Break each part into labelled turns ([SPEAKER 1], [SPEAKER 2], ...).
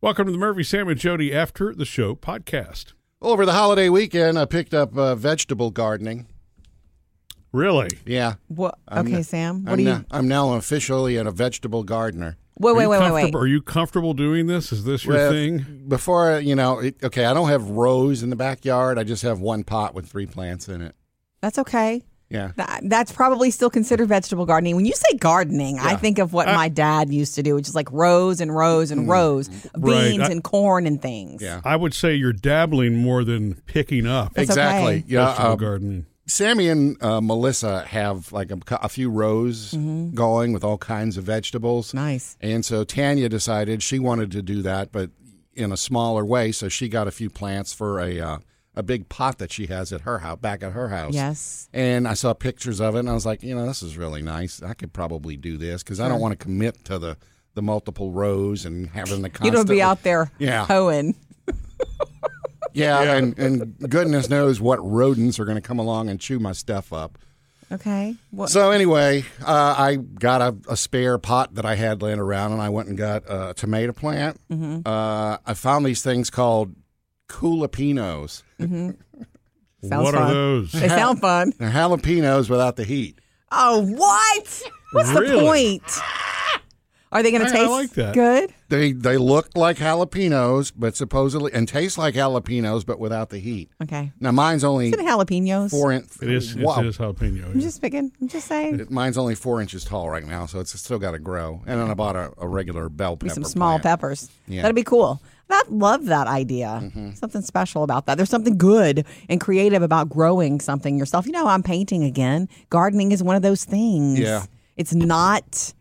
[SPEAKER 1] Welcome to the Murphy, Sam, and Jody After the Show podcast.
[SPEAKER 2] Over the holiday weekend, I picked up uh, vegetable gardening.
[SPEAKER 1] Really?
[SPEAKER 2] Yeah.
[SPEAKER 3] What?
[SPEAKER 2] I'm
[SPEAKER 3] okay,
[SPEAKER 2] n-
[SPEAKER 3] Sam. What
[SPEAKER 2] I'm,
[SPEAKER 3] do you?
[SPEAKER 2] no- I'm now officially a vegetable gardener.
[SPEAKER 3] Wait, wait,
[SPEAKER 1] Are you
[SPEAKER 3] wait, wait, wait.
[SPEAKER 1] comfortable- Are you comfortable doing this? Is this your
[SPEAKER 2] Well,
[SPEAKER 1] thing?
[SPEAKER 2] Before, you know, it, okay, I don't have rows in the backyard. I just have one pot with three plants in it.
[SPEAKER 3] That's okay.
[SPEAKER 2] Yeah.
[SPEAKER 3] That, that's probably still considered vegetable gardening. When you say gardening, I think of
[SPEAKER 1] Uh,
[SPEAKER 3] what my dad used to do, which is like rows and rows and rows, of
[SPEAKER 1] Hmm. Right,
[SPEAKER 3] beans
[SPEAKER 1] I-
[SPEAKER 3] and corn and things.
[SPEAKER 2] Yeah.
[SPEAKER 1] I would say you're dabbling more than picking up
[SPEAKER 3] That's
[SPEAKER 2] exactly.
[SPEAKER 3] okay.
[SPEAKER 2] Yeah.
[SPEAKER 1] vegetable
[SPEAKER 2] uh,
[SPEAKER 1] gardening.
[SPEAKER 2] Sammy and uh, Melissa have like a, cou- a few rows going with all kinds of vegetables.
[SPEAKER 3] Mm-hmm. Nice.
[SPEAKER 2] And so Tanya decided she wanted to do that, but in a smaller way. So she got a few plants for a uh, a big pot that she has at her house, back at her house.
[SPEAKER 3] Yes.
[SPEAKER 2] And I saw pictures of it, and I was like, you know, this is really nice. I could probably do this because I don't want to commit to the the multiple rows and having the constant.
[SPEAKER 3] You don't be out there
[SPEAKER 2] Yeah.
[SPEAKER 3] hoeing.
[SPEAKER 2] Yeah, And, and goodness knows what rodents are going to come along and chew my stuff up.
[SPEAKER 3] Okay. What?
[SPEAKER 2] So anyway, uh, I got a, a spare pot that I had laying around, and I went and got a tomato plant.
[SPEAKER 3] Mm-hmm.
[SPEAKER 2] Uh, I found these things called culipinos.
[SPEAKER 3] Sounds
[SPEAKER 1] what
[SPEAKER 3] fun.
[SPEAKER 1] are those?
[SPEAKER 3] They sound fun.
[SPEAKER 2] They're jalapenos without the heat.
[SPEAKER 3] Oh, what? What's the
[SPEAKER 1] Really?
[SPEAKER 3] point? Are they going
[SPEAKER 1] I-
[SPEAKER 3] to
[SPEAKER 1] I
[SPEAKER 3] taste
[SPEAKER 1] like that.
[SPEAKER 3] good?
[SPEAKER 2] They they look like jalapenos, but supposedly and taste like jalapenos, but without the heat.
[SPEAKER 3] Okay.
[SPEAKER 2] Now mine's only
[SPEAKER 3] Is it jalapenos?
[SPEAKER 2] four inches.
[SPEAKER 1] It is, it is jalapeno.
[SPEAKER 3] I'm
[SPEAKER 1] yeah.
[SPEAKER 3] just picking. I'm just saying.
[SPEAKER 2] Mine's only four inches tall right now, so it's still got to grow. And then I bought a, a regular bell pepper.
[SPEAKER 3] be some small
[SPEAKER 2] plant.
[SPEAKER 3] peppers.
[SPEAKER 2] Yeah. Mm-hmm.
[SPEAKER 3] That'd be cool. I love that idea. Something special about that. There's something good and creative about growing something yourself. You know, I'm painting again. Gardening is one of those things.
[SPEAKER 2] Yeah.
[SPEAKER 3] It's not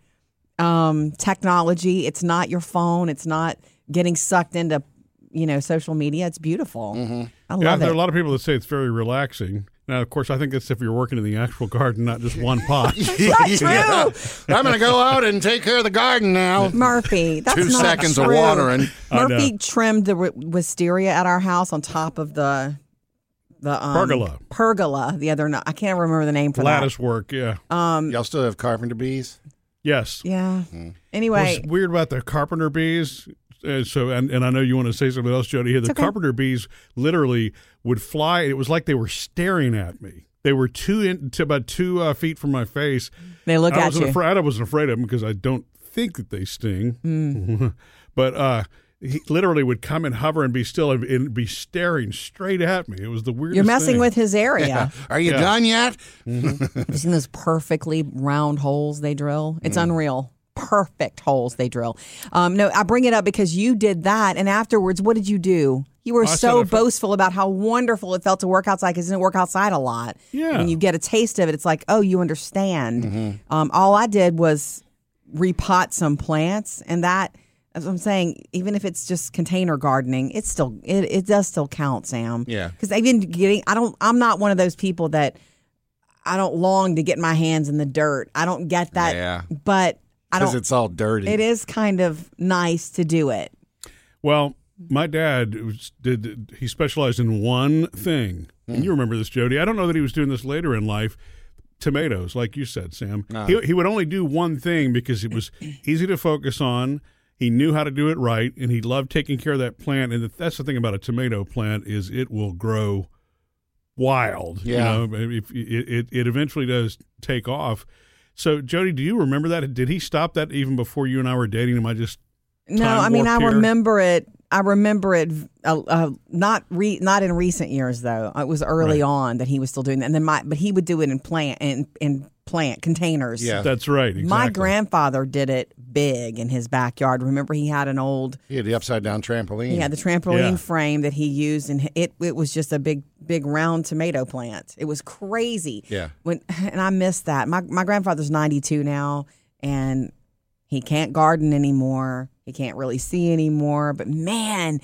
[SPEAKER 3] um, technology. It's not your phone. It's not getting sucked into, you know, social media. It's beautiful.
[SPEAKER 2] Mm-hmm.
[SPEAKER 3] I
[SPEAKER 1] Yeah,
[SPEAKER 3] love
[SPEAKER 1] there are
[SPEAKER 3] it.
[SPEAKER 1] a lot of people that say it's very relaxing. Now, of course, I think that's if you're working in the actual garden, not just one pot.
[SPEAKER 3] true.
[SPEAKER 2] I'm going to go out and take care of the garden now.
[SPEAKER 3] Murphy, that's
[SPEAKER 2] Two
[SPEAKER 3] not
[SPEAKER 2] seconds of
[SPEAKER 3] true.
[SPEAKER 2] watering.
[SPEAKER 1] I know.
[SPEAKER 3] Murphy trimmed the wi- wisteria at our house on top of the the um,
[SPEAKER 1] Pergola.
[SPEAKER 3] pergola the other night. I can't remember the name for
[SPEAKER 1] Lattice work, yeah.
[SPEAKER 3] Uh,
[SPEAKER 2] Y'all still have carpenter bees?
[SPEAKER 1] yes.
[SPEAKER 3] that. Yeah.
[SPEAKER 1] What's
[SPEAKER 3] Anyway,
[SPEAKER 1] weird about the carpenter bees? Uh, so, and, and I know you want to say something else, Jody. Here, the
[SPEAKER 3] okay.
[SPEAKER 1] carpenter bees literally would fly. It was like they were staring at me. They were two in, to about two uh, feet from my face.
[SPEAKER 3] they look
[SPEAKER 1] I
[SPEAKER 3] at
[SPEAKER 1] wasn't
[SPEAKER 3] you.
[SPEAKER 1] afraid. I wasn't afraid of them because I don't think that they sting.
[SPEAKER 3] Mm.
[SPEAKER 1] but uh, he literally would come and hover and be still and, and be staring straight at me. It was the weirdest.
[SPEAKER 3] You're messing
[SPEAKER 1] thing.
[SPEAKER 3] with his area.
[SPEAKER 2] Are you
[SPEAKER 1] Yeah.
[SPEAKER 2] done yet?
[SPEAKER 3] I've seen those perfectly round holes they drill. It's
[SPEAKER 1] Mm.
[SPEAKER 3] unreal. Perfect holes they drill. Um, no, I bring it up because you did that, and afterwards, what did you do? You were
[SPEAKER 1] I said
[SPEAKER 3] so
[SPEAKER 1] I felt-
[SPEAKER 3] boastful about how wonderful it felt to work outside because it didn't work outside a lot.
[SPEAKER 1] Yeah. Mm-hmm.
[SPEAKER 3] And you get a taste of it. It's like, oh, you understand. Um, all I did was repot some plants, and that, as I'm saying, even if it's just container gardening, it's still it, it does still count, Sam.
[SPEAKER 2] Yeah.
[SPEAKER 3] Because even getting, I don't, I'm not one of those people that I don't long to get my hands in the dirt. I don't get that.
[SPEAKER 2] Yeah.
[SPEAKER 3] But I
[SPEAKER 2] Because
[SPEAKER 3] don't.
[SPEAKER 2] it's all dirty.
[SPEAKER 3] it is kind of nice to do it.
[SPEAKER 1] Well, my dad was, did. He specialized in one thing, and you remember this, Jody. I don't know that he was doing this later in life. Tomatoes, like you said, Sam. He, he would only do one thing because it was easy to focus on. He knew how to do it right, and he loved taking care of that plant. And that's the thing about a tomato plant is it will grow wild.
[SPEAKER 2] Yeah.
[SPEAKER 1] you know, if, it, it it eventually does take off. So, Jody, do you remember that? Did he stop that even before you and I were dating? Am I just
[SPEAKER 3] No,
[SPEAKER 1] Time
[SPEAKER 3] I mean I
[SPEAKER 1] warp here.
[SPEAKER 3] remember it. I remember it uh, uh, not re, not in recent years though. It was early
[SPEAKER 1] Right.
[SPEAKER 3] on that he was still doing that. And then my but he would do it in plant in in plant containers.
[SPEAKER 2] Yeah.
[SPEAKER 1] that's right.
[SPEAKER 3] My
[SPEAKER 1] exactly.
[SPEAKER 3] grandfather did it big in his backyard. Remember he had an old
[SPEAKER 2] He had the upside down trampoline.
[SPEAKER 3] He had the trampoline
[SPEAKER 1] Yeah.
[SPEAKER 3] frame that he used, and it it was just a big big round tomato plant. It was crazy.
[SPEAKER 2] Yeah.
[SPEAKER 3] When and I miss that. My my grandfather's ninety two now, and he can't garden anymore. He can't really see anymore. But man,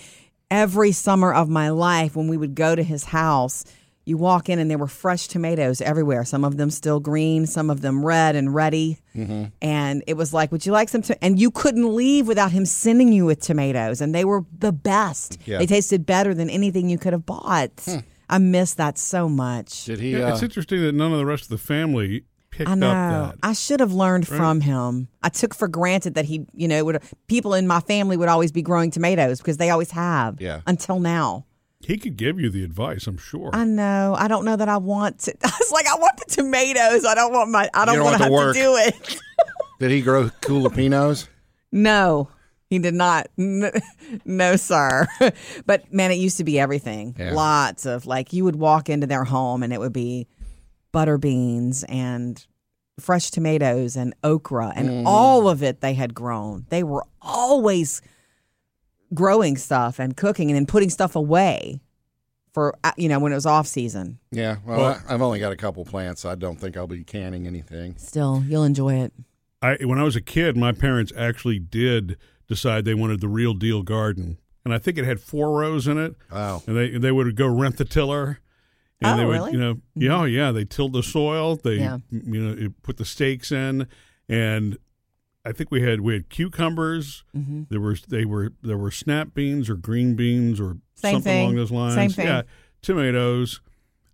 [SPEAKER 3] every summer of my life, when we would go to his house. You walk in and there were fresh tomatoes everywhere. Some of them still green, some of them red and ready
[SPEAKER 2] Mm-hmm.
[SPEAKER 3] and it was like, "Would you like some?" To-? And you couldn't leave without him sending you with tomatoes, and they were the best.
[SPEAKER 2] Yeah. Hmm.
[SPEAKER 3] They tasted better than anything you could have bought. I miss that so much.
[SPEAKER 2] Did he?
[SPEAKER 1] Yeah,
[SPEAKER 2] Uh,
[SPEAKER 1] it's interesting that none of the rest of the family picked
[SPEAKER 3] I know.
[SPEAKER 1] up that.
[SPEAKER 3] I should have learned from him. I took for granted that he, you know, would people in my family would always be growing tomatoes because they always have.
[SPEAKER 2] Yeah.
[SPEAKER 3] Until now.
[SPEAKER 1] He could give you the advice, I'm sure.
[SPEAKER 3] I know. I don't know that I want to. I was like, I want the tomatoes. I don't want my. I don't,
[SPEAKER 2] don't
[SPEAKER 3] want to have
[SPEAKER 2] want
[SPEAKER 3] to
[SPEAKER 2] the
[SPEAKER 3] do it.
[SPEAKER 2] Did he grow culipinos?
[SPEAKER 3] No, he did not. N- No, sir. but man, it used to be everything.
[SPEAKER 2] Yeah.
[SPEAKER 3] Lots of like you would walk into their home and it would be butter beans and fresh tomatoes and okra and
[SPEAKER 1] Mm.
[SPEAKER 3] all of it they had grown. They were always growing stuff and cooking and then putting stuff away for uh, you know when it was off season.
[SPEAKER 2] Yeah. Well,
[SPEAKER 1] Well-
[SPEAKER 2] I, I've only got a couple plants. So I don't think I'll be canning anything.
[SPEAKER 3] Still, you'll enjoy it.
[SPEAKER 1] I when I was a kid, my parents actually did decide they wanted the real deal garden, and I think it had four rows in it.
[SPEAKER 2] Wow.
[SPEAKER 1] And they they would go rent the tiller. And
[SPEAKER 3] Oh,
[SPEAKER 1] they would,
[SPEAKER 3] really?
[SPEAKER 1] You know, yeah, oh, yeah. They tilled the soil. They,
[SPEAKER 3] Yeah.
[SPEAKER 1] you know, it put the stakes in, and I think we had we had cucumbers.
[SPEAKER 3] Mm-hmm.
[SPEAKER 1] There was they were there were snap beans or green beans or
[SPEAKER 3] Same
[SPEAKER 1] something
[SPEAKER 3] thing.
[SPEAKER 1] along those lines.
[SPEAKER 3] Same thing.
[SPEAKER 1] Yeah, tomatoes.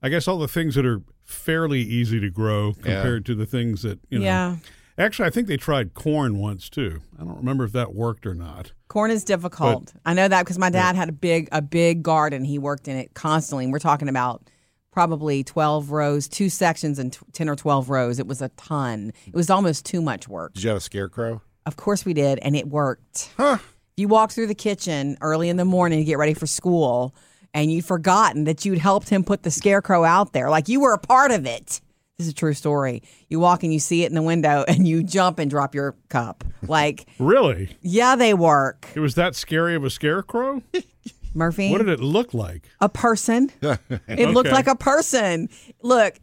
[SPEAKER 1] I guess all the things that are fairly easy to grow
[SPEAKER 2] Yeah.
[SPEAKER 1] compared to the things that you know.
[SPEAKER 3] yeah.
[SPEAKER 1] Actually, I think they tried corn once too. I don't remember if that worked or not.
[SPEAKER 3] Corn is difficult. I know that because my dad had a big a big garden. He worked in it constantly. And we're talking about probably 12 rows, two sections and t- 10 or 12 rows. It was a ton. It was almost too much work.
[SPEAKER 2] Did you have a scarecrow?
[SPEAKER 3] Of course we did and it worked. You walk through the kitchen early in the morning to get ready for school and you'd forgotten that you'd helped him put the scarecrow out there. Like you were a part of it. This is a true story. You walk and you see it in the window and you jump and drop your cup. Like,
[SPEAKER 1] Really?
[SPEAKER 3] yeah, they work.
[SPEAKER 1] It was that scary of a scarecrow?
[SPEAKER 3] Murphy.
[SPEAKER 1] what did it look like?
[SPEAKER 3] a person. it looked like a person. Look,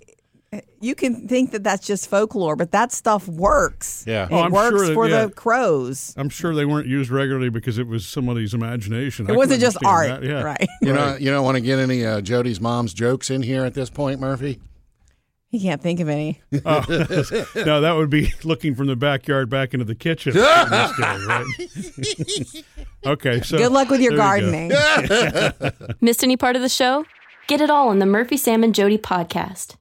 [SPEAKER 3] you can think that that's just folklore, but that stuff works.
[SPEAKER 2] Yeah.
[SPEAKER 3] It
[SPEAKER 1] Oh, I'm
[SPEAKER 3] works
[SPEAKER 1] sure that-
[SPEAKER 3] for
[SPEAKER 1] yeah.
[SPEAKER 3] the crows.
[SPEAKER 1] I'm sure they weren't used regularly because it was somebody's imagination.
[SPEAKER 3] It wasn't just art,
[SPEAKER 1] Yeah.
[SPEAKER 3] right?
[SPEAKER 2] You know, you don't want to get any uh, Jody's mom's jokes in here at this point, Murphy.
[SPEAKER 3] He can't think of any.
[SPEAKER 1] No, that would be looking from the backyard back into the kitchen. in this day, right? okay. So
[SPEAKER 3] Good luck with your
[SPEAKER 1] there you go.
[SPEAKER 3] gardening.
[SPEAKER 4] Missed any part of the show? Get it all on the Murphy, Sam, and Jody podcast.